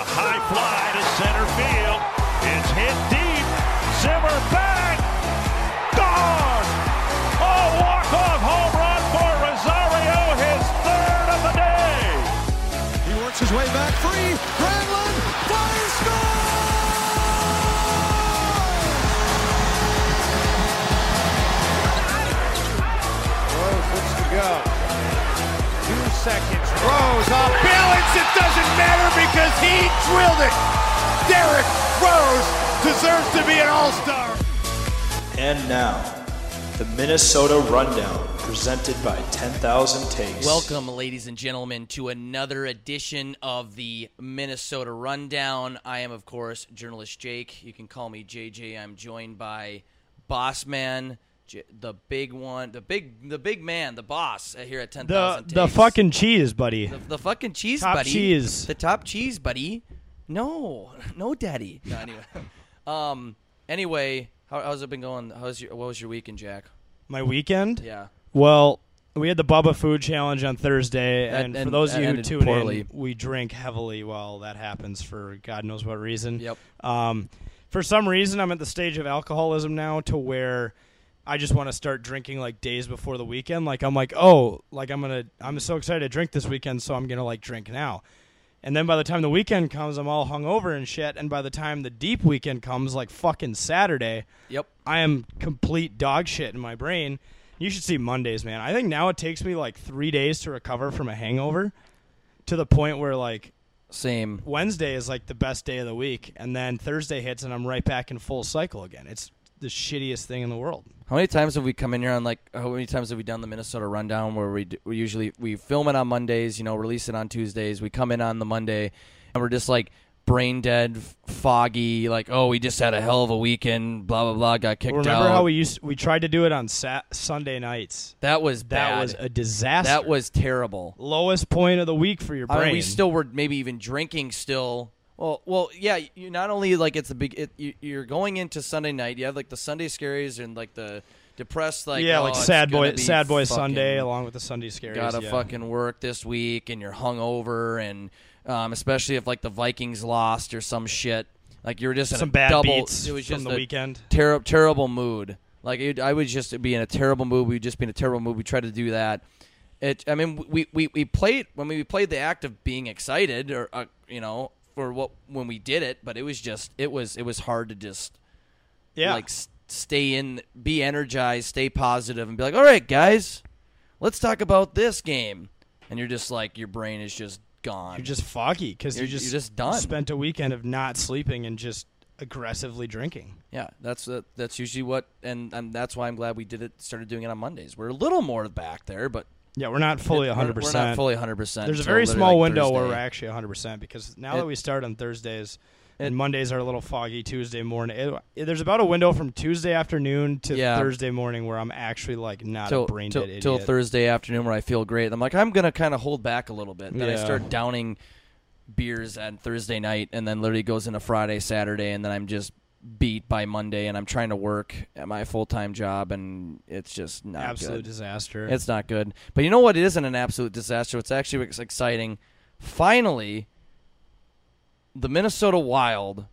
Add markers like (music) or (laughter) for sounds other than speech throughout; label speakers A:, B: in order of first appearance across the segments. A: fly to center field. It's hit deep. Zimmer back. Gone. A walk-off home run for Rosario, his third of the day.
B: He works his way back free. Granlund fires score!
C: Rose looks to go. Two seconds. Rose off balance. It doesn't matter because he drilled it. Derek Rose deserves to be an All Star.
D: And now, the Minnesota Rundown, presented by 10,000 Takes.
E: Welcome, ladies and gentlemen, to another edition of the Minnesota Rundown. I am, of course, journalist Jake. You can call me JJ. I'm joined by Bossman, J- the big one, the big, the big man, the boss uh, here at Ten
F: The
E: Thousand.
F: the fucking cheese, buddy.
E: the, the fucking cheese,
F: Top
E: buddy.
F: cheese.
E: The top cheese, buddy. No, no, daddy.
F: (laughs)
E: No, anyway. (laughs) um. Anyway, how, how's it been going? How's your what was your weekend, Jack?
F: My weekend.
E: Yeah.
F: Well, we had the Bubba Food Challenge on Thursday,
E: That-
F: and,
E: and
F: for those
E: that
F: of you who
E: ended
F: tune
E: poorly.
F: in, we drink heavily while that happens for God knows what reason.
E: Yep.
F: Um, for some reason, I'm at the stage of alcoholism now to where I just want to start drinking like days before the weekend. Like I'm like, oh, like I'm gonna, I'm so excited to drink this weekend, so I'm gonna like drink now. And then by the time the weekend comes, I'm all hungover and shit. And by the time the deep weekend comes, like fucking Saturday,
E: Yep.
F: I am complete dog shit in my brain. You should see Mondays, man. I think now it takes me like three days to recover from a hangover to the point where like
E: Same.
F: Wednesday is like the best day of the week, and then Thursday hits and I'm right back in full cycle again. It's the shittiest thing in the world.
E: How many times have we come in here on like? How many times have we done the Minnesota rundown where we, d we usually we film it on Mondays, you know, release it on Tuesdays. We come in on the Monday, and we're just like brain dead, f- foggy, like oh, we just had a hell of a weekend, blah blah blah, got kicked out.
F: Remember how we used we tried to do it on sa- Sunday nights?
E: that was
F: That
E: bad.
F: was a disaster.
E: that was terrible.
F: lowest point of the week for your brain.
E: I mean, we still were maybe even drinking still. Well, well, yeah. You not only like it's a big. It, you, you're going into Sunday night. You have like the Sunday scaries and like the depressed. Like
F: yeah,
E: oh,
F: like
E: it's
F: sad
E: gonna
F: boy,
E: be
F: sad boy
E: fucking-
F: Sunday along with the Sunday scaries.
E: Gotta
F: yeah.
E: fucking work this week, and you're hungover, and um, especially if like the Vikings lost or some shit. Like you were just in
F: Some
E: a
F: bad
E: double.
F: beats
E: it was
F: from
E: just
F: the
E: a
F: weekend.
E: Terrible, terrible mood. Like it, I would just be in a terrible mood. We'd just be in a terrible mood. We tried to do that. It. I mean, we we, we played when we played the act of being excited, or uh, you know, for what when we did it. But it was just it was it was hard to just
F: yeah.
E: like s- stay in be energized stay positive and be like all right guys let's talk about this game and you're just like your brain is just gone
F: You're just foggy because you
E: You're-
F: just
E: you're just done.
F: Spent a weekend of not sleeping and just aggressively drinking.
E: yeah that's uh, that's usually what and, and that's why i'm glad we did it started doing it on mondays we're a little more back there but
F: Yeah, we're not fully
E: it- we're-
F: 100.
E: we're
F: percent
E: not fully 100%
F: There's a
E: until
F: very
E: literally,
F: small
E: like,
F: window where we're
E: Thursday.
F: actually 100 percent because now
E: It-
F: that we start on Thursdays
E: It-
F: and Mondays are a little foggy. Tuesday morning, it, there's about a window from Tuesday afternoon to
E: Yeah.
F: Thursday morning where I'm actually like not
E: till,
F: a brain
E: till,
F: dead idiot.
E: till Thursday afternoon where I feel great. I'm like, I'm gonna kind of hold back a little bit. Then I
F: Yeah.
E: start downing beers on Thursday night, and then literally goes into Friday, Saturday, and then I'm just beat by Monday, and I'm trying to work at my full time job, and it's just not
F: Absolute
E: good.
F: disaster.
E: It's not good. But you know what? It isn't an absolute disaster. It's actually what's exciting. Finally, the Minnesota Wild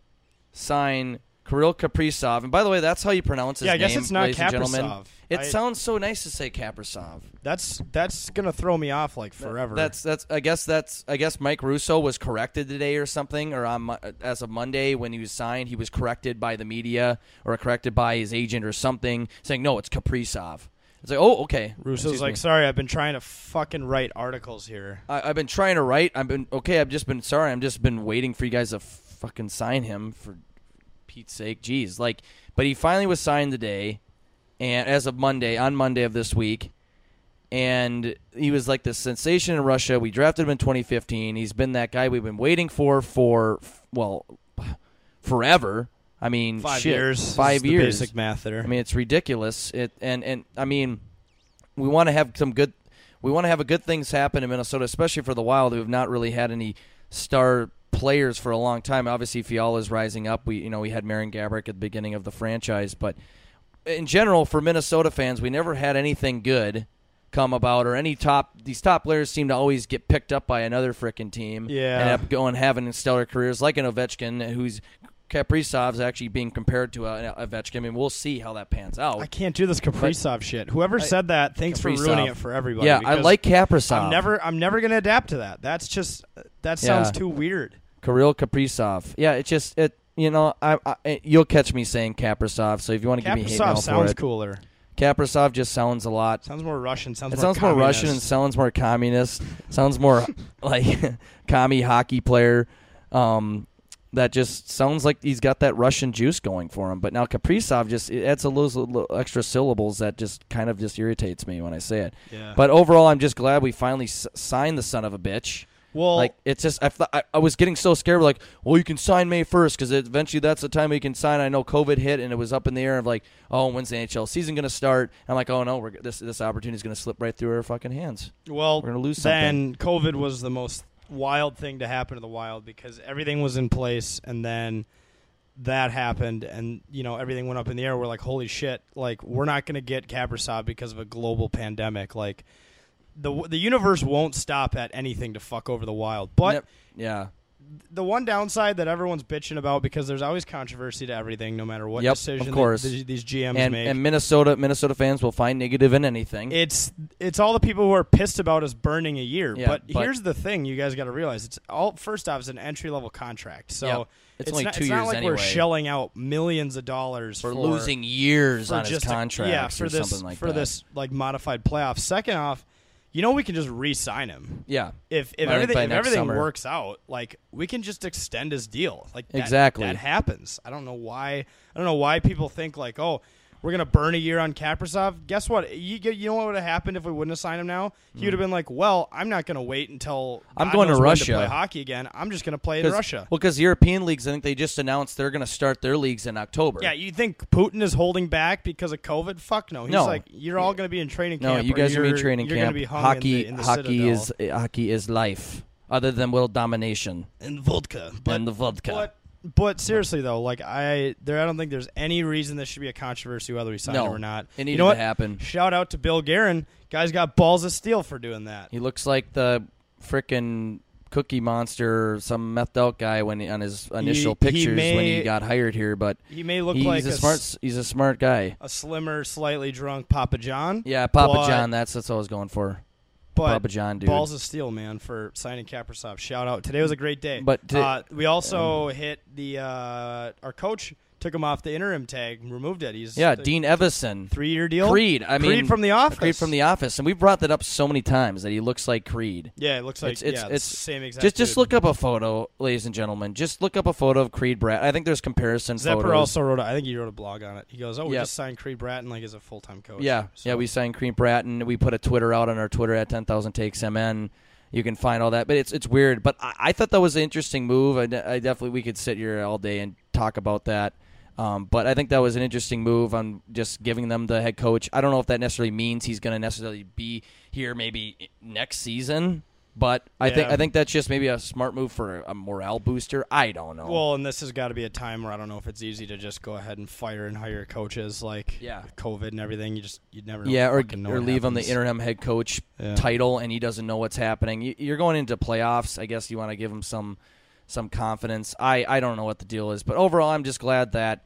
E: sign Kirill Kaprizov. And by the way, that's how you pronounce his
F: Yeah, I
E: name.
F: guess it's not
E: ladies and gentlemen.
F: Kaprasov.
E: It
F: I-
E: sounds so nice to say Kaprizov.
F: that's that's gonna throw me off like forever.
E: That's that's. I guess that's. I guess Mike Russo was corrected today or something, or on Mo- as of Monday when he was signed, he was corrected by the media or corrected by his agent or something, saying no, it's Kaprizov. It's like, oh, okay.
F: Russo's
E: Excuse
F: like,
E: me.
F: sorry, I've been trying to fucking write articles here.
E: I, I've been trying to write. I've been okay. I've just been sorry. I've just been waiting for you guys to fucking sign him for Pete's sake. Jeez, like, but he finally was signed today, and as of Monday, on Monday of this week, and he was like the sensation in Russia. We drafted him in 2015. He's been that guy we've been waiting for for well, (sighs) forever. I mean,
F: Five
E: shit,
F: years.
E: Five
F: is the
E: years.
F: Basic math there.
E: I mean, it's ridiculous. It and and I mean, we want to have some good. We want to have a good things happen in Minnesota, especially for the Wild, who have not really had any star players for a long time. Obviously, Fiala is rising up. We you know we had Marion Gabrick at the beginning of the franchise, but in general, for Minnesota fans, we never had anything good come about or any top these top players seem to always get picked up by another freaking team
F: Yeah.
E: and up going having stellar careers like an Ovechkin who's Kaprizov's actually being compared to a, a Ovechkin I mean we'll see how that pans out
F: I can't do this Kaprizov shit. Whoever said that, thanks for ruining
E: Kaprizov.
F: it for everybody.
E: Yeah, I
F: because
E: like Kaprizov.
F: I'm never, I'm never gonna adapt to that. That's just, that sounds
E: Yeah.
F: too weird.
E: Kirill Kaprizov yeah it's just it you know I, I you'll catch me saying Kaprizov so if you want to give me hate mail
F: Kaprizov
E: for
F: sounds
E: it
F: cooler.
E: Kaprizov just sounds a lot
F: Sounds more Russian. Sounds
E: It
F: more
E: sounds more
F: communist.
E: Russian and sounds more communist. Sounds more (laughs) like commie hockey player. Um, that just sounds like he's got that Russian juice going for him. But now Kaprizov just it adds a little, little extra syllables that just kind of just irritates me when I say it.
F: Yeah.
E: But overall, I'm just glad we finally s- signed the son of a bitch.
F: Well-
E: like it's just I, thought, I, I was getting so scared. Like, well, you can sign May first because eventually that's the time we can sign. I know COVID hit and it was up in the air of like, oh, when's the NHL season going to start? I'm like, oh no, we're, g- this this opportunity is going to slip right through our fucking hands.
F: Well,
E: We're gonna lose
F: Then COVID was the most wild thing to happen to the wild because everything was in place, and then that happened, and you know everything went up in the air. We're like, holy shit! Like we're not gonna get Kaprasov because of a global pandemic. Like the the universe won't stop at anything to fuck over the wild, but
E: Yep. yeah,
F: the one downside that everyone's bitching about because there's always controversy to everything, no matter what
E: Yep,
F: decision
E: of course.
F: that these GMs
E: and
F: make.
E: and Minnesota Minnesota fans will find negative in anything.
F: it's it's all the people who are pissed about us burning a year.
E: Yeah,
F: but,
E: but-
F: here's the thing: you guys got to realize it's all. First off, it's an entry level contract, so
E: Yep. It's only
F: not,
E: two
F: it's not
E: years
F: like we're
E: anyway.
F: shelling out millions of dollars
E: for
F: for
E: losing years
F: for
E: on his
F: just a-
E: contract
F: yeah, for
E: or
F: this
E: something like
F: for
E: that.
F: this like modified playoff. Second off, you know we can just re-sign him.
E: yeah,
F: If, if
E: By-
F: everything
E: by
F: if
E: next
F: everything
E: summer.
F: works out, like we can just extend his deal. Like that-
E: Exactly.
F: that happens. I don't know why. I don't know why people think like, oh, we're gonna burn a year on Kaprasov. Guess what? You get- you know what would have happened if we wouldn't have signed him now? He would have been like, well, I'm not gonna wait until
E: Hmm. I'm
F: God
E: going to
F: knows when
E: Russia.
F: play hockey again. I'm just gonna play in
E: 'Cause-
F: Russia.
E: Well, because European leagues, I think they just announced they're going to start their leagues in October.
F: yeah, you think Putin is holding back because of COVID? Fuck no. He's
E: No.
F: like, you're all going to be in training
E: No,
F: camp.
E: you
F: or
E: guys are in
F: you're-
E: training
F: you're
E: camp.
F: Gonna be hung
E: hockey,
F: in the, in the
E: hockey
F: Citadel.
E: is uh, hockey is life. Other than world domination
F: and vodka.
E: and the vodka.
F: But but seriously though, like I there I don't think there's any reason this should be a controversy whether we sign
E: No,
F: it or not.
E: it needed
F: you know
E: to
F: what?
E: happen.
F: Shout out to Bill Guerin. Guy's got balls of steel for doing that.
E: He looks like the frickin' Cookie Monster, or some methed out guy when he- on his initial
F: he
E: pictures when he
F: may-
E: got hired here. But
F: he may look
E: he's
F: like
E: a,
F: a
E: smart.
F: s-
E: he's a smart guy.
F: A slimmer, slightly drunk Papa John.
E: Yeah, Papa
F: but-
E: John. That's that's what I was going for.
F: but
E: Papa John, dude.
F: Balls of steel, man, for signing Kaprasov. Shout out. Today was a great day.
E: But to-
F: uh, we also hit the uh, our coach took him off the interim tag, removed it. He's
E: Yeah,
F: a
E: Dean Evison.
F: three year deal.
E: Creed. I mean,
F: Creed from the office.
E: Creed from the office, and we brought that up so many times that he looks like Creed.
F: Yeah, it looks like
E: it's it's
F: yeah,
E: it's
F: the same exact.
E: Just just
F: dude.
E: look up a photo, ladies and gentlemen. Just look up a photo of Creed Brad. I think there's comparison
F: Zepper
E: photos.
F: also wrote. A, I think he wrote a blog on it. He goes, "Oh, we
E: Yeah.
F: just signed Creed Bratton like as a full time coach."
E: Yeah,
F: So-
E: yeah. We signed Cream Bratton. We put a Twitter out on our Twitter at ten thousand takes mn. You can find all that, but it's it's weird. But I, I thought that was an interesting move. I, de- I definitely we could sit here all day and talk about that. Um, but I think that was an interesting move on just giving them the head coach. I don't know if that necessarily means he's going to necessarily be here maybe next season. But I think
F: Yeah.
E: I think that's just maybe a smart move for a morale booster. I don't know.
F: Well, and this has got to be a time where I don't know if it's easy to just go ahead and fire and hire coaches like
E: Yeah.
F: COVID and everything. You just you'd never
E: Yeah, or,
F: fucking know
E: or
F: what
E: leave him the
F: happens.
E: interim head coach
F: Yeah.
E: title, and he doesn't know what's happening. You- You're going into playoffs. I guess you want to give him some some confidence. I I don't know what the deal is, but overall, I'm just glad that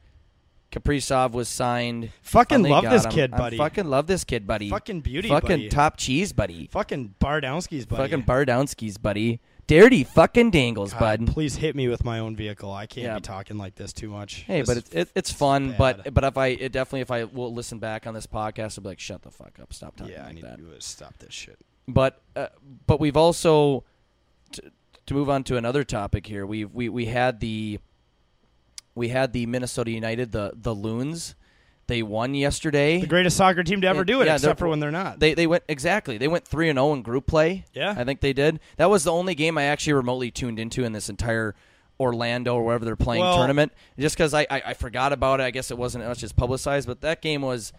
E: Kaprizov was signed.
F: Fucking
E: Finally
F: love
E: got
F: this
E: him.
F: kid,
E: I'm
F: buddy.
E: fucking love this kid, buddy.
F: Fucking beauty,
E: Fucking
F: buddy.
E: top cheese, buddy.
F: Fucking Bardowski's buddy.
E: Fucking Bardowski's buddy. Dirty fucking dangles,
F: God,
E: bud.
F: please hit me with my own vehicle. I can't
E: Yeah.
F: be talking like this too much.
E: Hey,
F: This
E: but
F: is
E: it's it, it's fun.
F: bad.
E: But but if I it definitely if I will listen back on this podcast, I'll be like, shut the fuck up, stop talking
F: yeah, I
E: like
F: need
E: that.
F: to stop this shit.
E: but uh, but we've also to, to move on to another topic here. We've we, we had the we had the Minnesota United the the loons. They won yesterday.
F: The greatest soccer team to ever do it,
E: Yeah,
F: except for when they're not.
E: They they went exactly. They went three and zero in group play.
F: Yeah.
E: I think they did. That was the only game I actually remotely tuned into in this entire Orlando or wherever they're playing
F: Well-
E: tournament. Just because I, I I forgot about it. I guess it wasn't as much as publicized, but that game was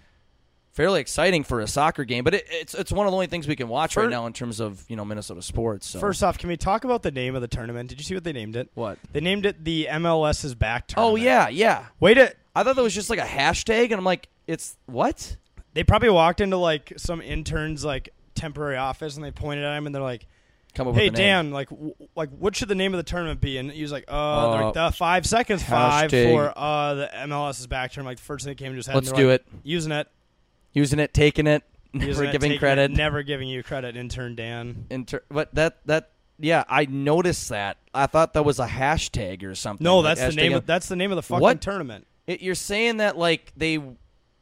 E: fairly exciting for a soccer game. But it, it's it's one of the only things we can watch
F: Fir-
E: right now in terms of you know Minnesota sports. So.
F: First off, can we talk about the name of the tournament? Did you see what they named it?
E: What?
F: They named it the MLS's back
E: oh
F: tournament.
E: yeah, yeah.
F: Wait it.
E: I thought that was just like a hashtag, and I'm like, it's what?
F: They probably walked into like some intern's like temporary office and they pointed at him and they're like,
E: Come up
F: "Hey
E: with a name.
F: Dan, like w- like what should the name of the tournament be?" And he was like, "Uh, they're like,
E: Uh,
F: the five seconds five
E: hashtag-
F: for uh the MLS is back term." Like the first thing that came to his head. and
E: Let's
F: they're
E: do
F: like,
E: it.
F: Using it.
E: using it, taking it, (laughs)
F: Using
E: never
F: it,
E: giving
F: taking it,
E: credit.
F: Never giving you credit, intern Dan.
E: Inter- but that that yeah, I noticed that. I thought that was a hashtag or something.
F: No,
E: like
F: that's the
E: hashtag
F: name.
E: M-
F: Of, that's the name of the fucking
E: What?
F: tournament.
E: It, you're saying that like they,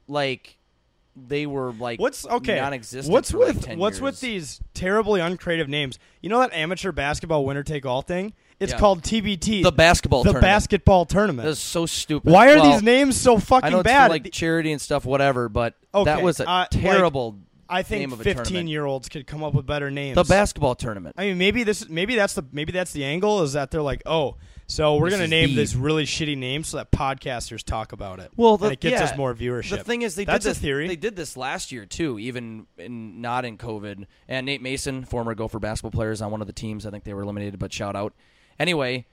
E: like, they were like
F: What's okay?
E: non-existent.
F: What's
E: for,
F: with
E: like, 10
F: what's
E: years.
F: with these terribly uncreative names? You know that amateur basketball winner take all thing. It's
E: Yeah.
F: called TBT.
E: the basketball
F: the
E: tournament.
F: basketball tournament.
E: That's so stupid.
F: Why are
E: Well,
F: these names so fucking
E: I know it's
F: bad?
E: for like charity and stuff, whatever. But
F: Okay,
E: that was a
F: uh, like,
E: terrible.
F: I
E: name
F: think
E: of a
F: fifteen
E: tournament.
F: year olds could come up with better names.
E: the basketball tournament.
F: I mean, maybe this, maybe that's the, maybe that's the angle is that they're like, oh, so we're
E: This
F: gonna
E: is
F: name
E: the-
F: this really shitty name so that podcasters talk about it.
E: Well, the,
F: and it gets
E: yeah,
F: us more viewership.
E: The thing is, they
F: that's
E: did
F: a
E: this,
F: theory.
E: They did this last year too, even in, not in COVID. And Nate Mason, former Gopher basketball player, is on one of the teams. I think they were eliminated, but shout out. Anyway,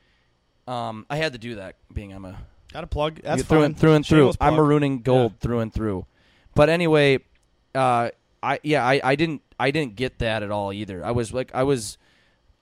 E: um, I had to do that, being I'm a
F: Got to plug. That's
E: you through
F: fine.
E: and through and through.
F: Shameless
E: I'm
F: plug.
E: marooning gold through and through. But anyway, uh, I yeah, I, I didn't I didn't get that at all either. I was like I was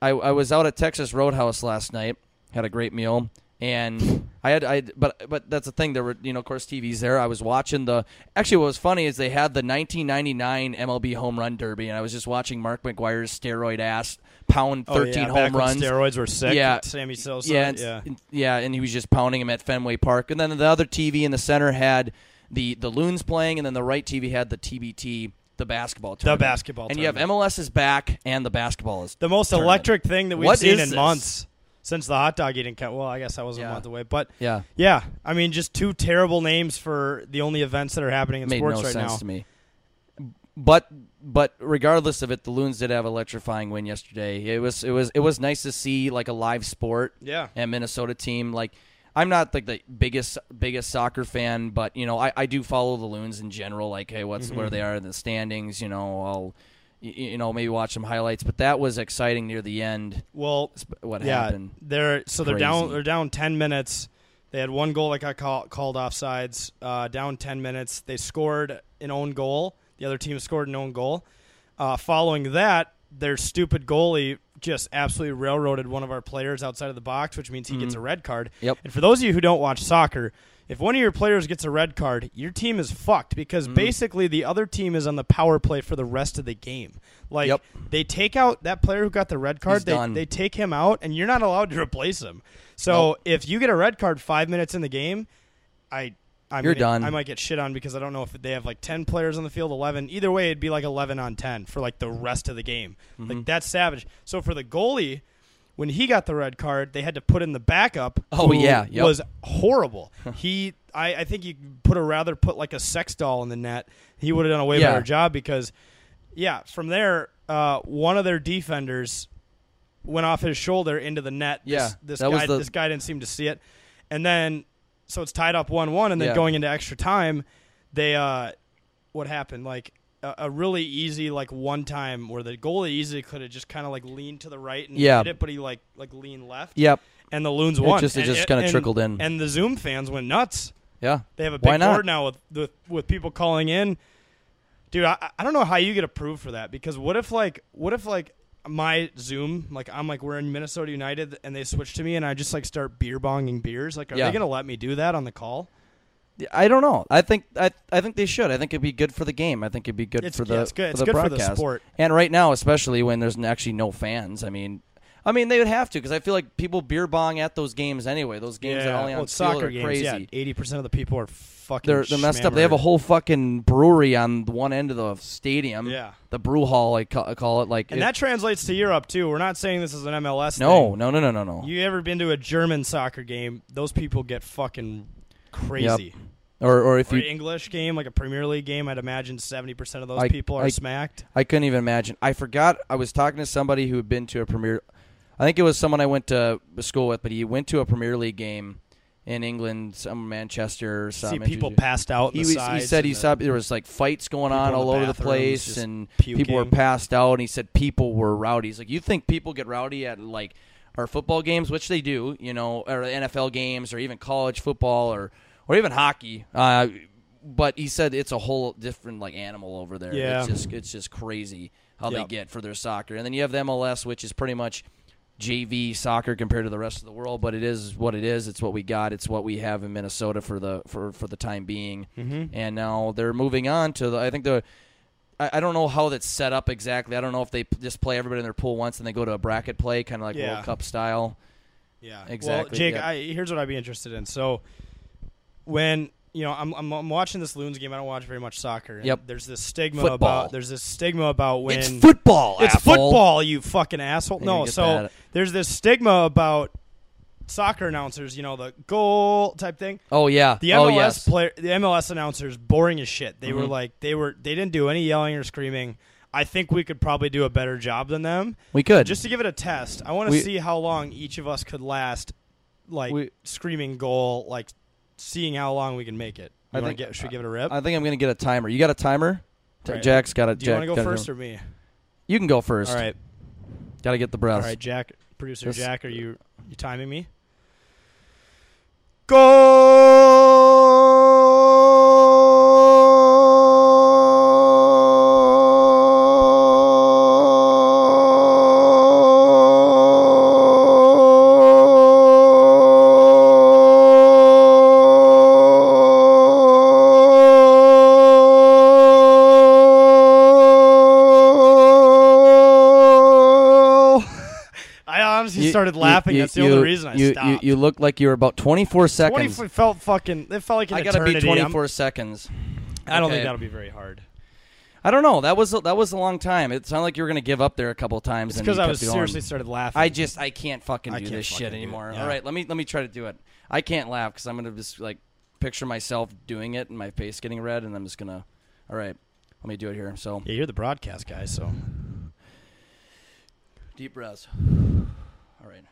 E: I, I was out at Texas Roadhouse last night, had a great meal, and (laughs) I had I had- but but that's the thing. There were you know of course TVs there. I was watching the actually what was funny is they had the 1999 MLB home run derby, and I was just watching Mark McGuire's steroid ass pound
F: Oh,
E: 13
F: yeah,
E: home
F: back when
E: runs.
F: Steroids were sick.
E: Yeah.
F: Sammy Sosa.
E: Yeah,
F: Yeah,
E: and, yeah. and he was just pounding him at Fenway Park. And then the other TV in the center had the the Loons playing, and then the right TV had the TBT, the basketball tournament.
F: basketball
E: And you have
F: tournament.
E: MLS is back, and the basketball is
F: The most
E: tournament.
F: electric thing that we've
E: What
F: seen in
E: is this?
F: months since the hot dog eating. Co- well, I guess that was
E: Yeah.
F: a month away, but
E: Yeah,
F: yeah. I mean, just two terrible names for the only events that are happening in
E: made
F: sports
E: no
F: right
E: sense
F: now.
E: to me. But but regardless of it, the Loons did have an electrifying win yesterday. It was it was it was nice to see like a live sport.
F: Yeah.
E: and Minnesota team. Like I'm not like the biggest biggest soccer fan, but you know I, I do follow the Loons in general. Like hey, what's
F: Mm-hmm.
E: where they are in the standings? You know I'll y- you know maybe watch some highlights. But that was exciting near the end.
F: Well,
E: sp- What
F: yeah,
E: happened?
F: they're so they're down.
E: Crazy.
F: They're down ten minutes. They had one goal that got call, called offsides. Uh, down ten minutes, they scored an own goal. The other team scored an own goal. Uh, following that, their stupid goalie just absolutely railroaded one of our players outside of the box, which means he gets a red card.
E: Mm-hmm. Yep.
F: And for those of you who don't watch soccer, if one of your players gets a red card, your team is fucked because
E: Mm-hmm.
F: basically the other team is on the power play for the rest of the game. Like
E: Yep.
F: they take out that player who got the red card,
E: He's
F: they,
E: done.
F: they take him out and you're not allowed to replace him. So if you get a red card five minutes in the game, I I'm
E: You're
F: gonna-
E: done.
F: I might get shit on because I don't know if they have like ten players on the field, eleven. Either way, it'd be like eleven on ten for like the rest of the game.
E: Mm-hmm.
F: Like that's savage. So for the goalie, when he got the red card, they had to put in the backup.
E: Oh,
F: who
E: yeah, yep.
F: was
E: (laughs)
F: horrible. he I, I think you put a rather put like a sex doll in the net. He would have done a way
E: Yeah.
F: better job because yeah, from there, uh, one of their defenders went off his shoulder into the net.
E: Yeah,
F: this, this
E: that was
F: guy,
E: the-
F: this guy didn't seem to see it, and then so it's tied up one-one, and then
E: Yeah.
F: going into extra time, they uh, what happened? Like a, a really easy like one time where the goalie easily could have just kind of like leaned to the right and
E: Yeah.
F: hit it, but he like like leaned left.
E: Yep.
F: and the loons won.
E: just- it
F: and,
E: just kinda
F: and-
E: trickled in.
F: and the Zoom fans went nuts.
E: Yeah.
F: They have a
E: Why
F: big
E: not?
F: board now with, with with people calling in. Dude, I, I don't know how you get approved for that because what if like what if like my Zoom like I'm like we're in Minnesota United and they switch to me and I just like start beer bonging beers like are
E: Yeah.
F: they gonna let me do that on the call?
E: I don't know. I think I, I think they should. I think it'd be good for the game. I think it'd be good
F: It's-
E: for the
F: yeah, it's good.
E: for
F: It's
E: the
F: good for the
E: broadcast.
F: sport.
E: And right now, especially when there's n- actually no fans, I mean, I mean they would have to because I feel like people beer bong at those games anyway. Those games that are only on
F: well, it's
E: field
F: soccer
E: are
F: games.
E: crazy.
F: Yeah, eighty percent of the people are fucking.
E: They're they're messed up. They have a
F: whole.
E: whole fucking brewery on the one end of the stadium.
F: Yeah.
E: the brew hall I ca- I call it. Like
F: And
E: it-
F: that translates to Europe too. We're not saying this is an MLS.
E: no,
F: thing.
E: no, no, no, no, no.
F: You ever been to a German soccer game? Those people get fucking crazy.
E: or or if
F: Or an
E: you,
F: English game, like a Premier League game, I'd imagine seventy percent of those
E: I-
F: people are
E: I-
F: smacked.
E: I couldn't even imagine. I forgot. I was talking to somebody who had been to a premier. I think it was someone I went to school with, but he went to a Premier League game in England, some Manchester or
F: See
E: something.
F: people passed out.
E: He,
F: in
E: was, he
F: the sides
E: said he
F: and the-
E: saw there was like fights going on
F: in the
E: all over the
F: bathrooms
E: place,
F: just
E: and people
F: puking.
E: were passed out. And he said people were rowdy. He's like, you think people get rowdy at like our football games, which they do, you know, or NFL games, or even college football, or or even hockey. Uh, but he said it's a whole different like animal over there.
F: Yeah.
E: It's just it's just crazy how they
F: Yep.
E: get for their soccer. And then you have the MLS which is pretty much JV soccer compared to the rest of the world, but it is what it is. It's what we got. It's what we have in Minnesota for the for for the time being. Mm-hmm. And now they're moving on to the I think the I, I don't know how that's set up exactly. I don't know if they p- just play everybody in their pool once and they go to a bracket play, kind of like
F: Yeah.
E: World Cup style.
F: Yeah, Well,
E: Exactly,
F: Jake,
E: yeah.
F: I, here's what I'd be interested in. So, when you know, I'm, I'm, I'm watching this Loons game. I don't watch very much soccer. and
E: Yep.
F: There's this stigma
E: Football.
F: about. There's this stigma about when
E: it's football.
F: It's
E: asshole.
F: football, you fucking asshole.
E: Hey,
F: No,
E: get
F: so
E: that.
F: there's this stigma about soccer announcers. You know, the goal type thing.
E: Oh yeah.
F: The
E: oh
F: MLS
E: yes. Mm-hmm.
F: player, the MLS announcers, boring as shit. They were like, they were, they didn't do any yelling or screaming. I think we could probably do a better job than them.
E: we could
F: Just to give it a test, I want to
E: We-
F: see how long each of us could last, like
E: We-
F: screaming goal, like seeing how long we can make it.
E: I
F: You wanna
E: think-
F: get- should we give it a rip?
E: I think I'm gonna get a timer. You got a timer? Ta-
F: Right.
E: Jack's got a.
F: Do you
E: Jack,
F: want to go
E: got a-
F: first or me?
E: you can go first.
F: All right,
E: Got to get the breath.
F: all right, Jack, producer
E: This-
F: Jack, are you you timing me? I honestly
E: You-
F: started
E: you-
F: laughing.
E: you-
F: That's the only
E: you-
F: reason I
E: you,
F: stopped.
E: You, you looked like you were about 24
F: Twenty
E: seconds.
F: f- felt fucking. It felt like an
E: I gotta be
F: eternity. I'm-
E: 24 seconds.
F: I don't
E: Okay.
F: think that'll be very hard.
E: I don't know. That was a, that was a long time. It sounded like you were gonna give up there a couple times.
F: It's
E: and
F: because
E: you
F: I
E: kept
F: was
E: going.
F: seriously started laughing.
E: I just I can't fucking do
F: I can't
E: this
F: fucking
E: shit
F: do it.
E: anymore.
F: Yeah.
E: All right, let me let me try to do it. I can't laugh because I'm gonna just like picture myself doing it and my face getting red, and I'm just gonna. All right, let me do it here. So
F: yeah, you're the broadcast guy, so
E: Deep breaths. All right.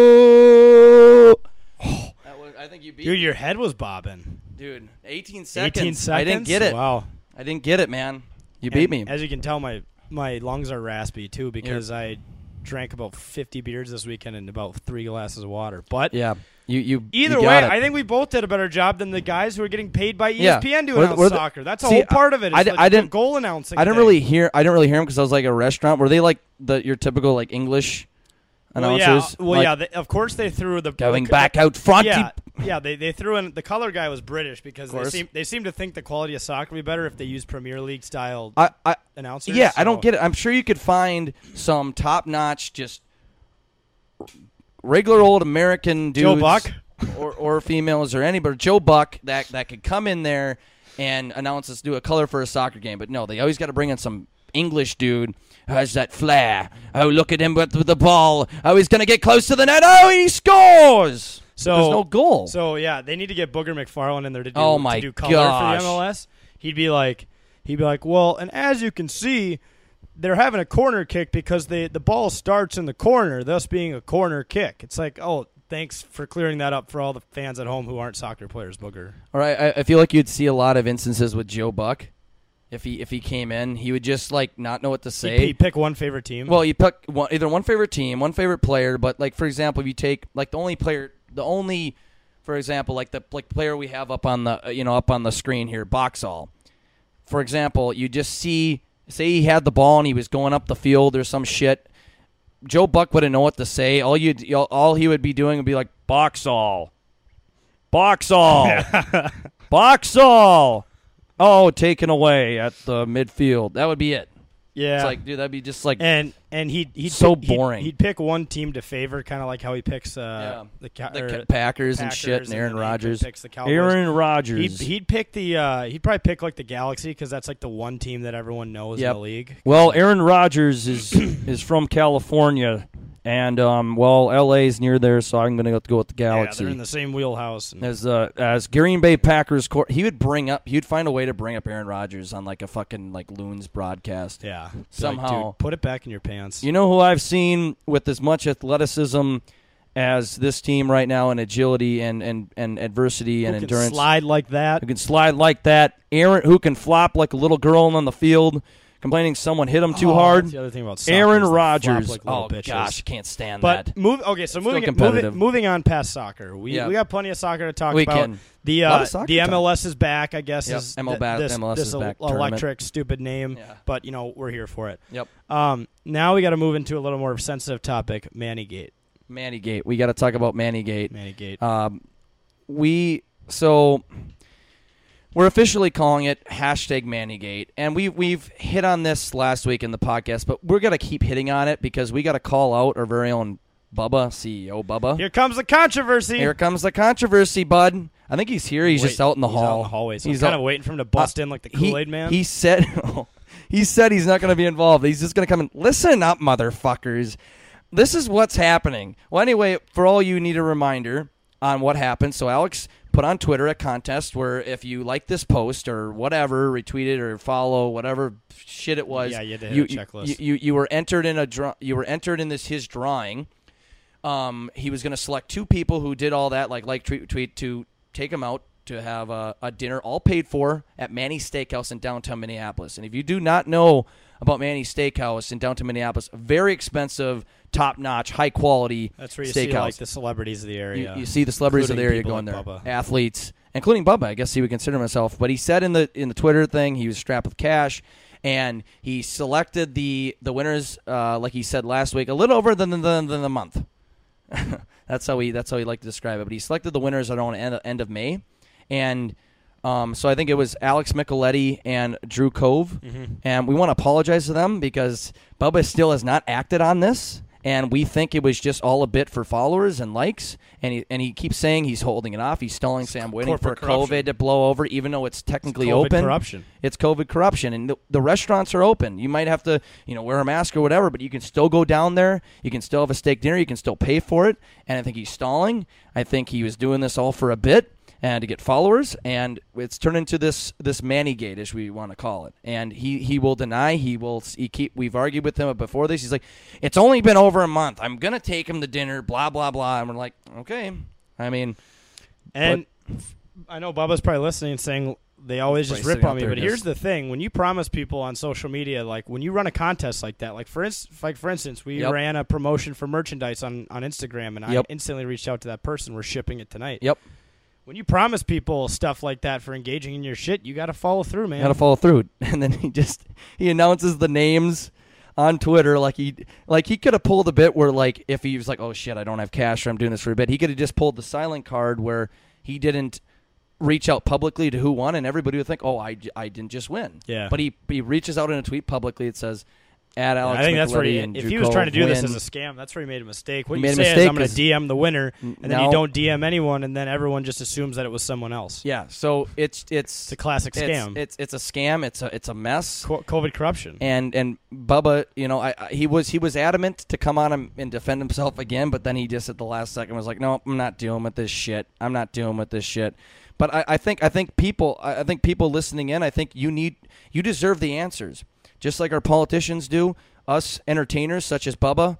E: Go. I think you beat
F: dude, your head was bobbing.
E: dude. 18 seconds.
F: 18 seconds.
E: I didn't get it.
F: Wow,
E: I didn't get it, man. You beat me.
F: And As you can tell, my my lungs are raspy too because I drank about 50 beers this weekend and about three glasses of water. But
E: Yeah. You you
F: Either
E: you
F: way,
E: got it.
F: I think we both did a better job than the guys who are getting paid by E ESPN
E: Yeah.
F: to
E: We're the-
F: announce
E: we're the-
F: soccer. That's a
E: See,
F: whole part of it.
E: I
F: is
E: di-
F: the
E: I didn't-
F: goal announcing.
E: I didn't
F: thing.
E: really hear I didn't really hear him because I was like at a restaurant. Were they like the your typical like English
F: Well,
E: announcers?
F: yeah, well,
E: Like,
F: yeah. They, of course, they threw the (laughs)
E: going
F: the-
E: back out front.
F: Yeah,
E: keep-
F: yeah. They, they threw in the color guy was British because they
E: course.
F: seem they seem to think the quality of soccer would be better if they use Premier League style
E: I, I
F: announcers.
E: yeah, I
F: so-
E: don't get it. I'm sure you could find some top notch just regular old American dudes
F: Joe Buck?
E: (laughs) or or females or anybody Joe Buck that that could come in there and announce us do a color for a soccer game. But no, they always got to bring in some English dude who has that flair. Oh, look at him with, with the ball. Oh, he's going to get close to the net. Oh, he scores.
F: So
E: There's no goal.
F: So yeah, they need to get Booger McFarland in there to do
E: Oh my
F: to do color
E: gosh.
F: for the MLS. He'd be like, he'd be like, well, and as you can see, they're having a corner kick because they the ball starts in the corner, thus being a corner kick. It's like, oh, thanks for clearing that up for all the fans at home who aren't soccer players, Booger.
E: All right, I, I feel like you'd see a lot of instances with Joe Buck. If he if he came in, he would just like not know what to say.
F: He'd, he'd pick one favorite team.
E: Well, you pick one, either one favorite team, one favorite player, but like for example, if you take like the only player, the only, for example, like the like player we have up on the uh, you know up on the screen here, Boxall. For example, you just see say he had the ball and he was going up the field or some shit. Joe Buck wouldn't know what to say. All you all all he would be doing would be like Boxall,
F: (laughs)
E: Boxall, Boxall. Oh, taken away at the midfield. That would be it.
F: yeah,
E: It's like, dude, that'd be just like
F: and and he'd he'd
E: So
F: pick- he'd-
E: boring.
F: He'd, pick one team to favor, kind of like how he picks
E: Yeah.
F: uh, the, Ca-
E: The
F: or
E: Ca- Packers and shit and
F: then
E: Aaron
F: he p-
E: Rodgers.
F: Picks the Cowboys.
E: Rodgers.
F: He'd, he'd pick the uh, he'd probably pick like the Galaxy because that's like the one team that everyone knows
E: Yep.
F: in the league.
E: well, Aaron Rodgers
F: (clears throat)
E: is is from California, and um, well, LA's near there, so I'm gonna have to go with the
F: Yeah,
E: Galaxy.
F: they're in the same wheelhouse. And
E: as uh, as Green Bay Packers court, he would bring up, he'd find a way to bring up Aaron Rodgers on like a fucking like loons broadcast.
F: yeah, Be like,
E: Somehow.
F: dude, put it back in your pants.
E: You know who I've seen with as much athleticism as this team right now in agility and and and adversity and
F: Who can
E: endurance.
F: slide like that.
E: Who can slide like that? Aaron, who can flop like a little girl on the field, complaining someone hit him too
F: Oh,
E: hard.
F: that's the other thing about soccer is
E: Aaron
F: they flop
E: Rodgers.
F: like little
E: oh
F: bitches.
E: gosh, I can't stand
F: But
E: that.
F: move. Okay, so moving,
E: competitive.
F: moving moving on past soccer, we,
E: Yeah.
F: we got plenty of soccer to talk
E: We
F: about.
E: can.
F: The
E: Lot
F: uh,
E: of soccer
F: the
E: talk.
F: MLS is back. I guess
E: Yep,
F: is
E: ML
F: th-
E: back-
F: this,
E: MLS
F: this
E: is
F: el-
E: back tournament.
F: electric stupid name,
E: Yeah.
F: but you know we're here for it.
E: Yep.
F: Um, now we got to move into a little more sensitive topic, Manny Gate.
E: Manny Gate. We got to talk about Manny Gate.
F: Manny Gate.
E: Um, we so we're officially calling it hashtag Mannygate, and we we've hit on this last week in the podcast, but we're gonna keep hitting on it because we got to call out our very own Bubba CEO Bubba.
F: here comes the controversy.
E: Here comes the controversy, bud. I think he's here. He's
F: Wait,
E: just out in the
F: he's
E: hall.
F: out in the hallway. So
E: He's
F: I'm kind
E: out- Uh,
F: of waiting for him to bust in like the
E: He-
F: Kool Aid Man.
E: He said, (laughs) he said he's not going to be involved. He's just going to come and listen up, motherfuckers. This is what's happening. Well, anyway, for all you need a reminder on what happened. So Alex put on Twitter a contest where if you like this post or whatever, retweet it or follow whatever shit it was,
F: Yeah, you had to hit a checklist.
E: You, you you were entered in a draw. You were entered in this his drawing. Um, he was going to select two people who did all that, like like tweet tweet, to take them out to have a, a dinner all paid for at Manny's Steakhouse in downtown Minneapolis. And if you do not know about Manny's Steakhouse in downtown Minneapolis, very expensive, top notch, high quality.
F: That's where you
E: steakhouse.
F: see like the celebrities of the
E: You-
F: area.
E: You, see the celebrities of the
F: including
E: area
F: people
E: going there,
F: like Bubba.
E: athletes, including Bubba. I guess he would consider himself. But he said in the in the Twitter thing, he was strapped with cash, and he selected the the winners, uh, like he said last week, a little over than than, than the month. that's how he that's how he liked to describe it. But he selected the winners around end, end of May, and. Um, so I think it was Alex Micheletti and Drew Cove,
F: Mm-hmm.
E: and we want to apologize to them because Bubba still has not acted on this, and we think it was just all a bit for followers and likes. And he and he keeps saying he's holding it off. He's stalling. Sam, waiting for
F: corporate corruption.
E: COVID to blow over, even though it's technically
F: COVID
E: open.
F: corruption.
E: It's COVID corruption, and the, the restaurants are open. You might have to, you know, wear a mask or whatever, but you can still go down there. You can still have a steak dinner. You can still pay for it. And I think he's stalling. I think he was doing this all for a bit and to get followers, and it's turned into this this Manny gate, as we want to call it. And he he will deny. He will. He keep. We've argued with him before this. He's like, it's only been over a month. I'm gonna take him to dinner. Blah blah blah. And we're like, okay. I mean,
F: And I know Bubba's probably listening and saying they always just
E: Probably
F: rip on me,
E: sitting out
F: but
E: there
F: here's
E: just-
F: the thing: when you promise people on social media, like when you run a contest like that, like for instance, like for instance, we
E: Yep.
F: ran a promotion for merchandise on on Instagram, and
E: Yep.
F: I instantly reached out to that person. We're shipping it tonight.
E: yep.
F: When you promise people stuff like that for engaging in your shit, you got to follow through, man.
E: Got to follow through. (laughs) And then he just he announces the names on Twitter like he like he could have pulled a bit where like if he was like oh shit I don't have cash or I'm doing this for a bit he could have just pulled the silent card where he didn't reach out publicly to who won and everybody would think oh I, j- I didn't just win
F: Yeah.
E: but he he reaches out in a tweet publicly it says at Alex
F: I think that's where
E: McLetty
F: he.
E: and
F: If
E: Drew
F: he was trying to do
E: Cove
F: this
E: win."
F: as a scam, that's where he made a mistake.
E: He
F: What you
E: made a
F: say is,
E: mistake
F: I'm going
E: 'cause-
F: to DM the winner, and then
E: now-
F: you don't DM anyone, and then everyone just assumes that it was someone else.
E: yeah so it's it's
F: It's a classic scam.
E: it's it's, it's a scam it's a it's a mess
F: Co- COVID corruption.
E: and and Bubba, you know, I, I he was he was adamant to come on him and defend himself again, but then he just at the last second was like, "No, I'm not dealing with this shit. I'm not dealing with this shit." But I, I think I think people I I think people listening in, I think you need you deserve the answers, just like our politicians do. Us entertainers such as Bubba,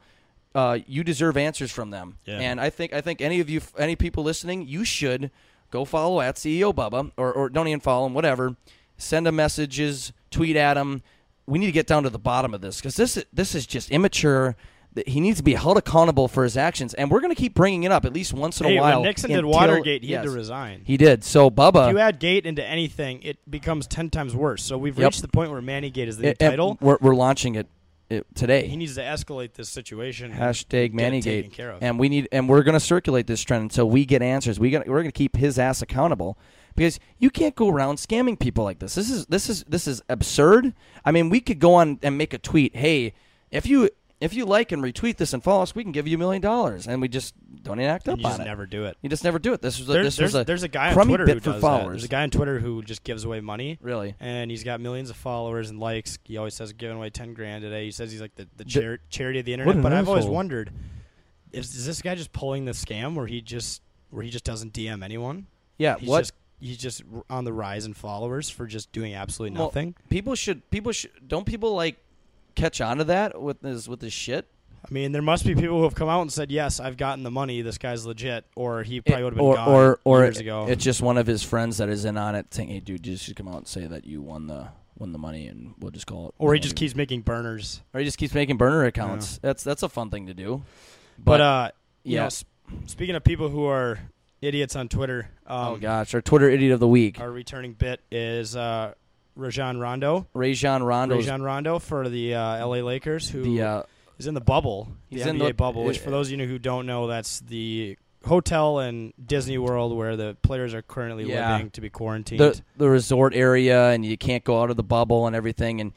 E: uh, you deserve answers from them.
F: Yeah.
E: And I think I think any of you, any people listening, you should go follow at CEO Bubba or, or don't even follow him, whatever. Send him messages, tweet at him. We need to get down to the bottom of this because this is- this is just immature. That He needs to be held accountable for his actions, and we're going to keep bringing it up at least once in
F: Hey,
E: a
F: when
E: while.
F: Nixon did
E: until-
F: Watergate, he had to
E: yes.
F: resign.
E: He did. So Bubba,
F: If you add Gate into anything, it becomes ten times worse. So we've
E: Yep.
F: reached the point where Manny Gate is the new
E: it- it-
F: title.
E: eh, we're, we're launching it, it today.
F: he needs to escalate this situation.
E: Hashtag
F: taken
E: Mannygate.
F: care of.
E: And we need and we're gonna circulate this trend until we get answers. We got we're gonna keep his ass accountable because you can't go around scamming people like this. This is this is this is absurd. I mean, we could go on and make a tweet, hey, if you if you like and retweet this and follow us, we can give you a million dollars, and we just don't act up
F: you just
E: on it.
F: never do it.
E: You just never do it. This was a,
F: There-
E: this
F: there's,
E: was a
F: there's a guy on
E: crummy
F: Twitter
E: bit
F: who
E: for
F: does that.
E: followers.
F: There's a guy on Twitter who just gives away money.
E: Really?
F: And he's got millions of followers and likes. He always says giving away ten grand today. He says he's like the, the, chari- charity of the internet.
E: an
F: But I've always
E: asshole.
F: wondered, is, is this guy just pulling the scam where he just where he just doesn't DM anyone?
E: Yeah,
F: He's
E: what-
F: Just, he's just r- on the rise in followers for just doing absolutely
E: Well,
F: nothing.
E: people should people should don't people like catch on to that with this with this shit?
F: I mean, there must be people who have come out and said, "Yes, I've gotten the money. This guy's legit," or he probably would have been
E: or,
F: gone
E: or or
F: years
E: it-
F: ago.
E: it's just one of his friends that is in on it saying, "Hey, dude, you just come out and say that you won the won the money, and we'll just call it."
F: or he
E: money."
F: just keeps making burners.
E: or he just keeps making burner accounts. That's that's a fun thing to do.
F: But, uh, you know,
E: yes,
F: speaking of people who are idiots on Twitter, um,
E: oh gosh, our Twitter idiot of the week,
F: our returning bit is uh, Rajon Rondo.
E: Rajon Rondo,
F: Rajon Rondo for the uh, LA Lakers, who is
E: the uh,
F: in the bubble,
E: he's
F: the
E: in
F: NBA
E: the-
F: bubble. Which, for those of you who don't know, that's the hotel in Disney World where the players are currently
E: Yeah.
F: living to be quarantined.
E: the the resort area, and you can't go out of the bubble and everything. And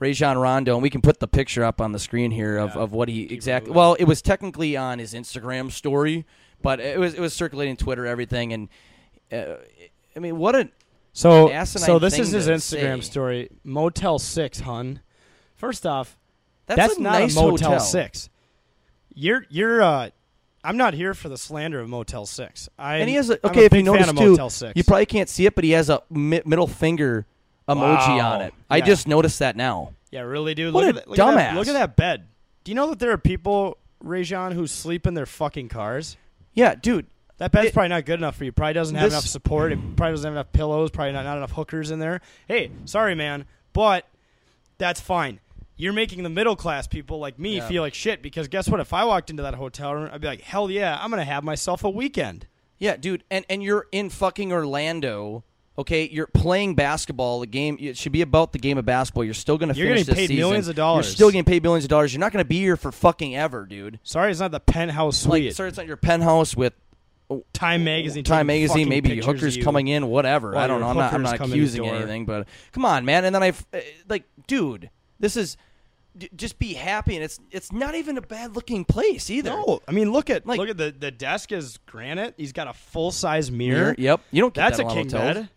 E: Rajon Rondo, and we can put the picture up on the screen here of, of what he exactly. Well, it was technically on his Instagram story, but it was it was circulating Twitter everything. And uh, I mean, what a
F: So,
E: asinine
F: so this is
E: thing
F: his
E: to
F: Instagram
E: say.
F: story. Motel Six, hun. First off,
E: that's,
F: that's,
E: a
F: not
E: nice
F: a Motel
E: hotel.
F: Six. You're you're. uh I'm not here for the slander of Motel Six. I
E: And he has a
F: I'm
E: okay. if
F: big
E: you notice
F: fan of
E: too,
F: Motel Six.
E: you probably can't see it, but he has a mi- middle finger emoji
F: Wow.
E: on it. I
F: Yeah.
E: just noticed that now.
F: yeah, really, dude.
E: What
F: look
E: a
F: at that, look at that-
E: dumbass.
F: look at that bed. Do you know that there are people, Rajon, who sleep in their fucking cars?
E: Yeah, dude.
F: That bed's
E: It-
F: probably not good enough for you. Probably doesn't have
E: This-
F: enough support. It probably doesn't have enough pillows. Probably not, not enough hookers in there. Hey, sorry, man, but that's fine. You're making the middle class people like me
E: Yeah.
F: feel like shit because guess what? If I walked into that hotel room, I'd be like, hell yeah, I'm gonna have myself a weekend.
E: Yeah, dude. And and you're in fucking Orlando. Okay, you're playing basketball. The game it should be about the game of basketball. You're still going to
F: You're
E: finish
F: getting
E: this
F: paid millions
E: season.
F: of dollars.
E: You're still getting paid millions of dollars. You're not going to be here for fucking ever, dude.
F: Sorry, it's not the penthouse
E: Like,
F: suite.
E: sorry, it's not your penthouse with
F: Time magazine.
E: Time
F: taking
E: magazine,
F: fucking
E: maybe
F: pictures
E: hookers
F: of you.
E: coming in, whatever.
F: Well,
E: I don't
F: your
E: know. I'm not, I'm
F: hookers
E: not
F: come in the
E: accusing
F: door.
E: anything, but come on, man. And then I, eh, like, dude, this is d- just be happy, and it's it's not even a bad looking place either.
F: No, I mean look at
E: Like-
F: look at the the desk is granite. He's got a full size
E: Here,
F: mirror.
E: yep, you don't get
F: That's
E: that
F: a
E: in lot of
F: king
E: hotels.
F: bed.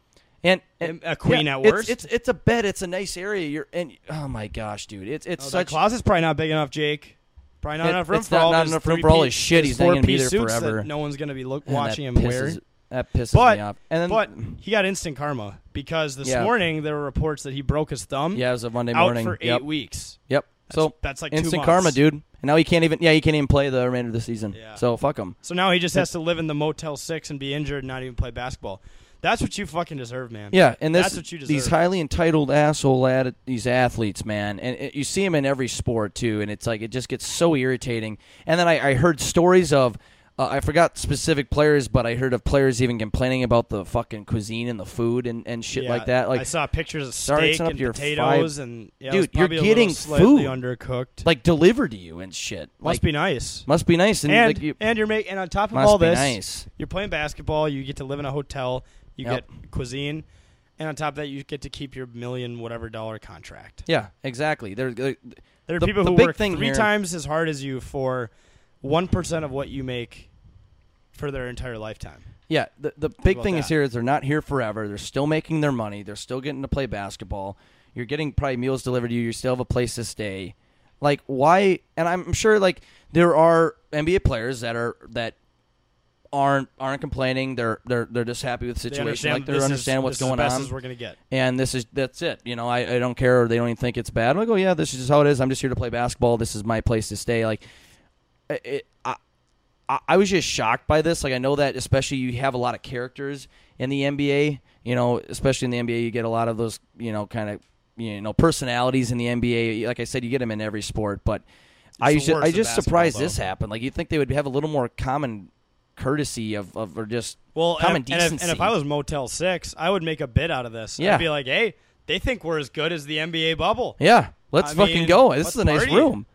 E: And, and-
F: A queen at
E: it's-
F: worst.
E: It's, it's a bed. It's a nice area. You're and oh my gosh, dude, it's it's
F: Oh, that
E: such
F: closet's probably not big enough, Jake. Probably not
E: It-
F: enough room
E: it's
F: for
E: not-
F: all
E: not
F: of his
E: enough room for all his
F: three-piece-
E: shit. He's not gonna be
F: four-piece
E: there
F: suits that
E: forever.
F: No one's gonna be look,
E: and that
F: watching him
E: pisses,
F: wear.
E: That pisses
F: But
E: me off. And then
F: but he got instant karma because this
E: Yeah.
F: morning there were reports that he broke his thumb.
E: yeah, it was a Monday
F: out
E: morning.
F: for eight
E: yep.
F: weeks.
E: Yep. so
F: that's like two
E: instant
F: months.
E: karma, dude. And now he can't even. Yeah, he can't even play the remainder of the season.
F: Yeah.
E: So fuck him.
F: So now he just has to live in the Motel Six and be injured and not even play basketball. That's what you fucking deserve, man.
E: Yeah, and this,
F: that's what you deserve.
E: these highly entitled asshole ad- these athletes, man, and it, you see them in every sport too, and it's like it just gets so irritating. And then I, I heard stories of. Uh, I forgot specific players, but I heard of players even complaining about the fucking cuisine and the food and, and shit
F: Yeah,
E: like that. Like
F: I saw pictures of
E: sorry, it's
F: steak
E: not
F: and
E: your
F: potatoes, and yeah, it was
E: Dude, you're
F: probably a little
E: getting
F: slightly
E: food.
F: undercooked.
E: like delivered to you and shit.
F: Must
E: like,
F: be nice.
E: must be nice. And,
F: and
E: like, you,
F: and you're making and on top of
E: Must
F: all
E: be
F: this,
E: nice.
F: you're playing basketball. You get to live in a hotel. You
E: Yep.
F: get cuisine, and on top of that, you get to keep your million whatever dollar contract.
E: yeah, exactly. There, there-
F: There are
E: The-
F: people
E: the
F: who
E: big
F: work
E: thing
F: three
E: here-
F: times as hard as you for one percent of what you make for their entire lifetime.
E: Yeah, the, the big
F: about
E: thing is
F: that?
E: here is they're not here forever. They're still making their money. They're still getting to play basketball. You're getting probably meals delivered to you. You still have a place to stay. Like why? And I'm sure like there are NBA players that are that aren't aren't complaining. They're they're they're just happy with the
F: They
E: situation. Like
F: understand
E: they
F: this is-
E: understand what's
F: this is
E: going
F: the best
E: on.
F: As we're gonna get.
E: and this is that's it. You know, I, I don't care. or They don't even think it's bad. I'm like, oh yeah, this is just how it is. I'm just here to play basketball. This is my place to stay. Like, it, it- I, I I was just shocked by this. Like, I know that especially you have a lot of characters in the NBA. You know, especially in the NBA, you get a lot of those. You know, kind of you know personalities in the NBA. Like I said, you get them in every sport, but. I
F: the
E: just,
F: worst
E: I
F: in
E: just
F: basketball,
E: surprised
F: though.
E: this happened. Like you would think they would have a little more common courtesy of, of or just
F: Well,
E: common
F: and, if- and
E: decency.
F: if, and if I was Motel Six, I would make a bit out of this.
E: Yeah.
F: I'd be like, hey, they think we're as good as the NBA bubble.
E: Yeah, let's
F: I
E: fucking
F: mean,
E: go. This is
F: let's
E: a nice
F: party.
E: room.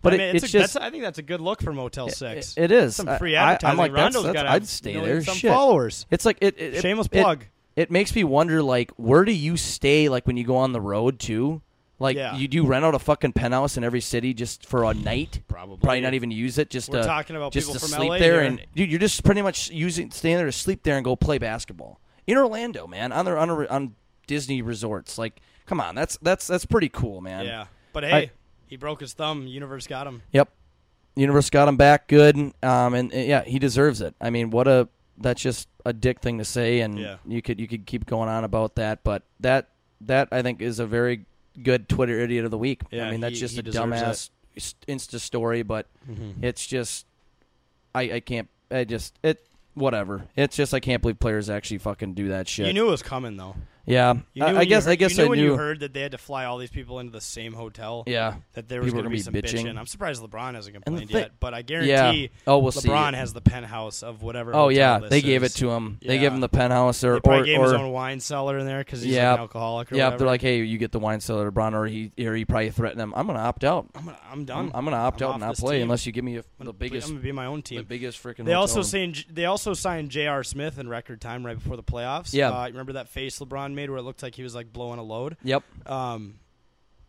E: But
F: I mean,
E: it,
F: it's
E: it's,
F: a,
E: just
F: that's, I think that's a good look for Motel Six.
E: it is
F: some free
E: I- I-
F: advertising.
E: I'm like, that's-
F: Rondo's
E: that's-
F: got
E: I'd stay there.
F: Some
E: Shit.
F: followers.
E: It's like it, it- it-
F: Shameless
E: it-
F: plug.
E: It, makes me wonder, like, where do you stay? Like when you go on the road too. Like
F: Yeah.
E: you do rent out a fucking penthouse in every city just for a night,
F: Probably.
E: Probably not even use it. Just
F: We're
E: to,
F: talking about
E: just
F: people
E: to
F: from
E: sleep
F: LA
E: there,
F: here.
E: and dude, you're just pretty much using staying there to sleep there and go play basketball in Orlando, man, on their on, a, on Disney resorts. Like, come on, that's that's that's pretty cool, man.
F: Yeah, but hey,
E: I-
F: he broke his thumb. Universe got him.
E: Yep. Universe got him back good. Um, and, uh, yeah, he deserves it. I mean, what a that's just a dick thing to say, and
F: Yeah.
E: you could you could keep going on about that, but that that I think is a very good Twitter idiot of the week.
F: Yeah,
E: I mean, that's
F: he-
E: just
F: he
E: a
F: deserves Mm-hmm.
E: dumbass s- Insta story, but it's just I I can't I just it whatever. It's just I can't believe players actually fucking do that shit.
F: You knew it was coming though.
E: yeah,
F: You knew
E: I, I
F: when you
E: guess I
F: heard-
E: guess
F: you knew
E: I
F: when
E: knew.
F: you heard that they had to fly all these people into the same hotel.
E: yeah,
F: That there was
E: People
F: going
E: were
F: to be some
E: gonna be
F: bitching.
E: bitching.
F: I'm surprised LeBron hasn't
E: the
F: complained
E: thi-
F: yet, but I guarantee
E: Oh, we'll see
F: LeBron
E: it.
F: has the penthouse of whatever.
E: Oh
F: hotel
E: yeah,
F: this
E: they gave it
F: is.
E: to him. They
F: Yeah.
E: gave him the penthouse or
F: They probably
E: or,
F: gave
E: or
F: him his own wine cellar in there because he's
E: yeah,
F: like an alcoholic or
E: yeah.
F: whatever.
E: They're like, hey, you get the wine cellar, LeBron, or he or he probably threatened him. I'm gonna opt out.
F: I'm, gonna, I'm done.
E: I'm, I'm gonna opt out
F: I'm off
E: and not
F: this
E: play
F: team.
E: unless you give me a,
F: I'm
E: the
F: gonna-
E: biggest
F: I'm gonna be my own
E: the
F: team.
E: biggest freaking.
F: They also
E: hotel.
F: signed. They also signed J.R. Smith in record time right before the playoffs.
E: Yeah.
F: uh, remember that face LeBron made where it looked like he was like blowing a load.
E: Yep.
F: Um,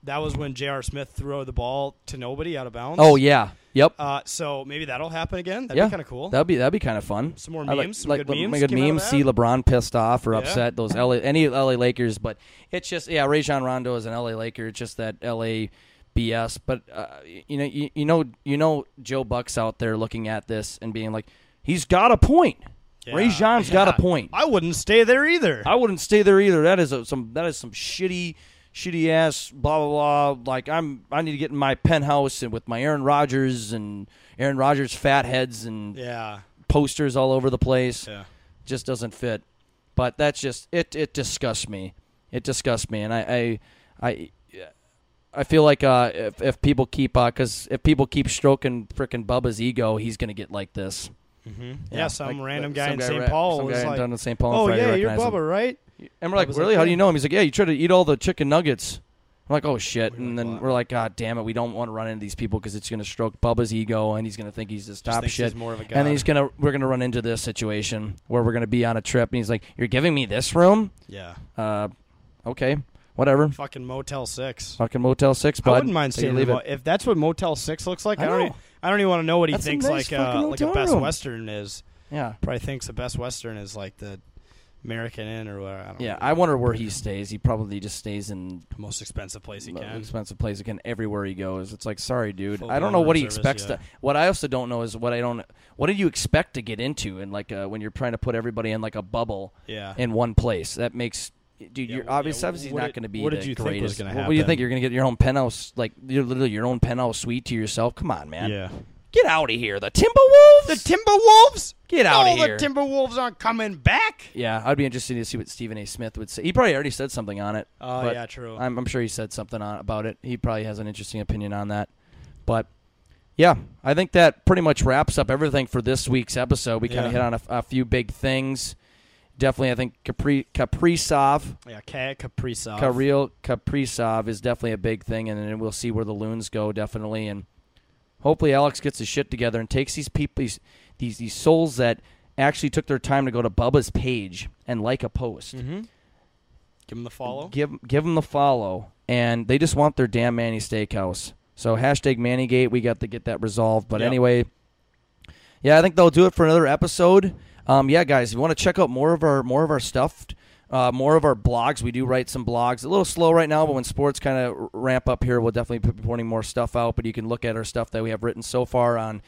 F: that was when J.R. Smith threw the ball to nobody out of bounds.
E: Oh yeah. Yep.
F: Uh, so maybe that'll happen again. That'd
E: yeah.
F: be kind of cool.
E: That'd be that'd be kind of fun.
F: Some more
E: I
F: memes, some good
E: let-
F: memes
E: make a
F: came out of
E: meme,
F: that.
E: See LeBron pissed off or
F: Yeah.
E: upset. Those LA any LA Lakers, but it's just yeah. Rajon Rondo is an LA Laker. It's just that LA BS. But uh, you know you, you know you know Joe Buck's out there looking at this and being like, he's got a point.
F: Yeah.
E: Rajon's got a
F: (laughs) Yeah.
E: point.
F: I wouldn't stay there either.
E: I wouldn't stay there either. That is a, some that is some shitty, shitty ass blah blah blah. Like I'm I need to get in my penthouse and with my Aaron Rodgers and Aaron Rodgers fat heads and
F: yeah.
E: posters all over the place.
F: Yeah.
E: Just doesn't fit. But that's just it. It disgusts me. It disgusts me, and I I I, I feel like uh, if if people keep because if people keep stroking frickin' Bubba's ego, he's gonna get like this.
F: Yeah. some
E: like,
F: random
E: uh,
F: guy
E: some
F: in
E: guy
F: St.
E: ra-
F: Paul
E: some
F: was
E: guy
F: like,
E: down in St. Paul on
F: Oh
E: Friday
F: yeah, you're
E: recognized him."
F: Bubba, right?
E: And we're like,
F: Bubba's
E: really?
F: like,
E: How do
F: "Yeah."
E: you know him? He's like, yeah, you try to eat all the chicken nuggets. I'm like, oh shit.
F: like,
E: And then
F: "Wow."
E: we're like, god damn it, we don't want to run into these people because it's going to stroke Bubba's ego and he's going to think he's this top
F: thinks
E: shit.
F: he's more of a
E: And
F: god.
E: then he's gonna we're gonna run into this situation where we're gonna be on a trip and he's like, you're giving me this room?
F: Yeah.
E: Uh, okay, whatever.
F: Fucking Motel Six.
E: Fucking Motel Six,
F: I
E: bud.
F: wouldn't mind
E: Take it or
F: staying
E: leave
F: in
E: it.
F: it. if that's what Motel Six looks like. I,
E: I
F: don't.
E: know.
F: Even, I don't even want to know what he
E: That's a
F: thinks
E: nice
F: like uh,
E: fucking
F: like a
E: hotel
F: Best
E: room.
F: Western is.
E: Yeah,
F: Probably thinks the Best Western is like the American Inn or whatever. I don't
E: yeah.
F: know.
E: I wonder where he stays. He probably just stays in
F: the most expensive place he
E: the
F: can.
E: expensive place again everywhere he goes. It's like, sorry, dude.
F: Full
E: I don't know
F: room
E: what he
F: service,
E: expects
F: yeah.
E: to. What I also don't know is what I don't. What did you expect to get into? And like uh, when you're trying to put everybody in like a bubble,
F: Yeah.
E: in one place, that makes. Dude,
F: Yeah,
E: you're
F: well, yeah,
E: obviously, obviously
F: what
E: not
F: did-
E: going to be
F: what
E: the
F: did you think was
E: greatest.
F: gonna
E: What do you
F: happen?
E: think you're going to get your own penthouse? Like you're literally your own penthouse suite to yourself. Come on, man.
F: Yeah.
E: Get out of here, the Timberwolves.
F: The Timberwolves?
E: Get
F: no,
E: outta here.
F: The Timberwolves aren't coming back.
E: yeah, I'd be interested to see what Stephen A. Smith would say. He probably already said something on it.
F: Oh,
E: but
F: yeah, true.
E: I'm, I'm sure he said something on about it. He probably has an interesting opinion on that. But yeah, I think that pretty much wraps up everything for this week's episode. We kind
F: Yeah.
E: of hit on a, a few big things. Definitely, I think Capri Kaprizov,
F: Yeah, Kat Kaprizov.
E: Kirill Kaprizov is definitely a big thing, and then we'll see where the loons go definitely, and hopefully Alex gets his shit together and takes these people, these these, these souls that actually took their time to go to Bubba's page and like a post,
F: Give him the follow.
E: give give them the follow, and they just want their damn Manny Steakhouse. So hashtag Mannygate, we got to get that resolved. But
F: Yep.
E: anyway, yeah, I think they'll do it for another episode. Um, yeah, guys, if you want to check out more of our more of our stuff, uh, more of our blogs, we do write some blogs. A little slow right now, but when sports kind of ramp up here, we'll definitely be putting more stuff out. But you can look at our stuff that we have written so far on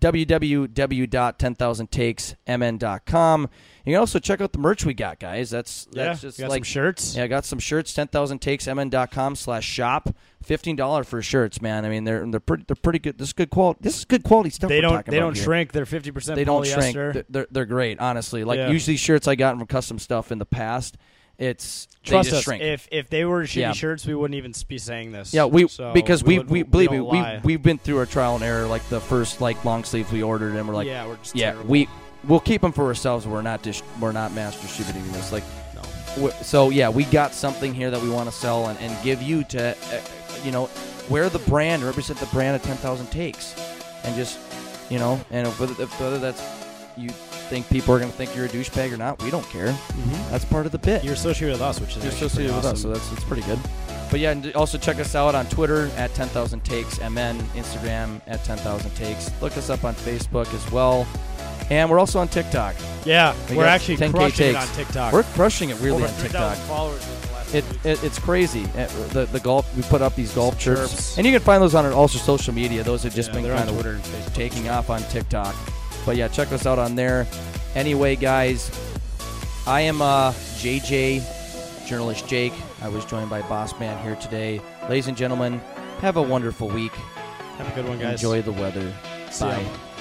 E: www.10000takesmn.com. You can also check out the merch we got, guys. That's
F: Yeah,
E: that's just
F: you got
E: like
F: some shirts?
E: Yeah, I got some shirts. 10000takesmn.com slash shop. Fifteen dollar for shirts, man. I mean, they're they're pretty they're pretty good. This is good quality. This is good quality stuff.
F: They
E: we're
F: don't.
E: talking
F: They
E: about
F: don't
E: here
F: shrink. They're fifty percent.
E: they don't
F: polyester.
E: shrink. They're, they're, they're great, honestly. Like
F: Yeah.
E: usually shirts I got from custom stuff in the past, it's
F: Trust
E: they just
F: us.
E: shrink.
F: If if they were shitty
E: Yeah.
F: shirts, we wouldn't even be saying this.
E: yeah, we
F: So
E: because we
F: would-
E: we, believe
F: don't
E: me, we
F: lie.
E: we've been through a trial and error. Like the first like long sleeves we ordered, and we're like,
F: yeah, we're just
E: yeah,
F: terrible.
E: we we'll keep them for ourselves. We're not dis- we're not mass distributing this. Like,
F: No.
E: w- so yeah, we got something here that we want to sell and, and give you to, uh, you know, wear the brand, represent the brand of Ten Thousand Takes, and just, you know, and if- whether, if- whether that's you think people are gonna think you're a douchebag or not, we don't care. That's part of the bit.
F: Mm-hmm. You're associated with us, which is
E: You're
F: actually
E: associated
F: pretty
E: with us, so
F: awesome.
E: that's it's pretty good. But yeah, and also check us out on Twitter at 10,000 Takes MN, Instagram at 10,000 Takes. Look us up on Facebook as well. And we're also on TikTok.
F: Yeah,
E: We
F: we're
E: got
F: actually
E: 10K
F: crushing it
E: takes.
F: on TikTok.
E: We're crushing it weirdly
F: over
E: on TikTok.
F: 3,000 followers in the last
E: It,
F: week.
E: it, it's crazy. Uh, The, the golf we put up these golf chirps,
F: Chirps.
E: and you can find those on also social media. Those have just
F: Yeah,
E: been
F: they're on
E: kind
F: Twitter and
E: of
F: Facebook.
E: taking off on TikTok. But yeah, check us out on there. Anyway, guys, I am uh, JJ, journalist Jake. I was joined by Boss Man here today. Ladies and gentlemen, have a wonderful week. Have a good one, guys.
F: Enjoy the weather.
E: See ya.
F: Bye.